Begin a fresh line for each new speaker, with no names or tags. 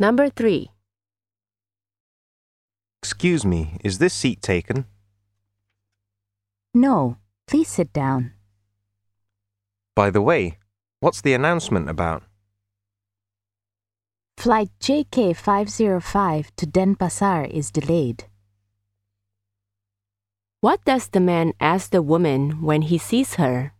Number 3.
Excuse me, is this seat taken?
No, please sit down.
By the way, what's the announcement about?
Flight JK505 to Denpasar is delayed.
What does the man ask the woman when he sees her?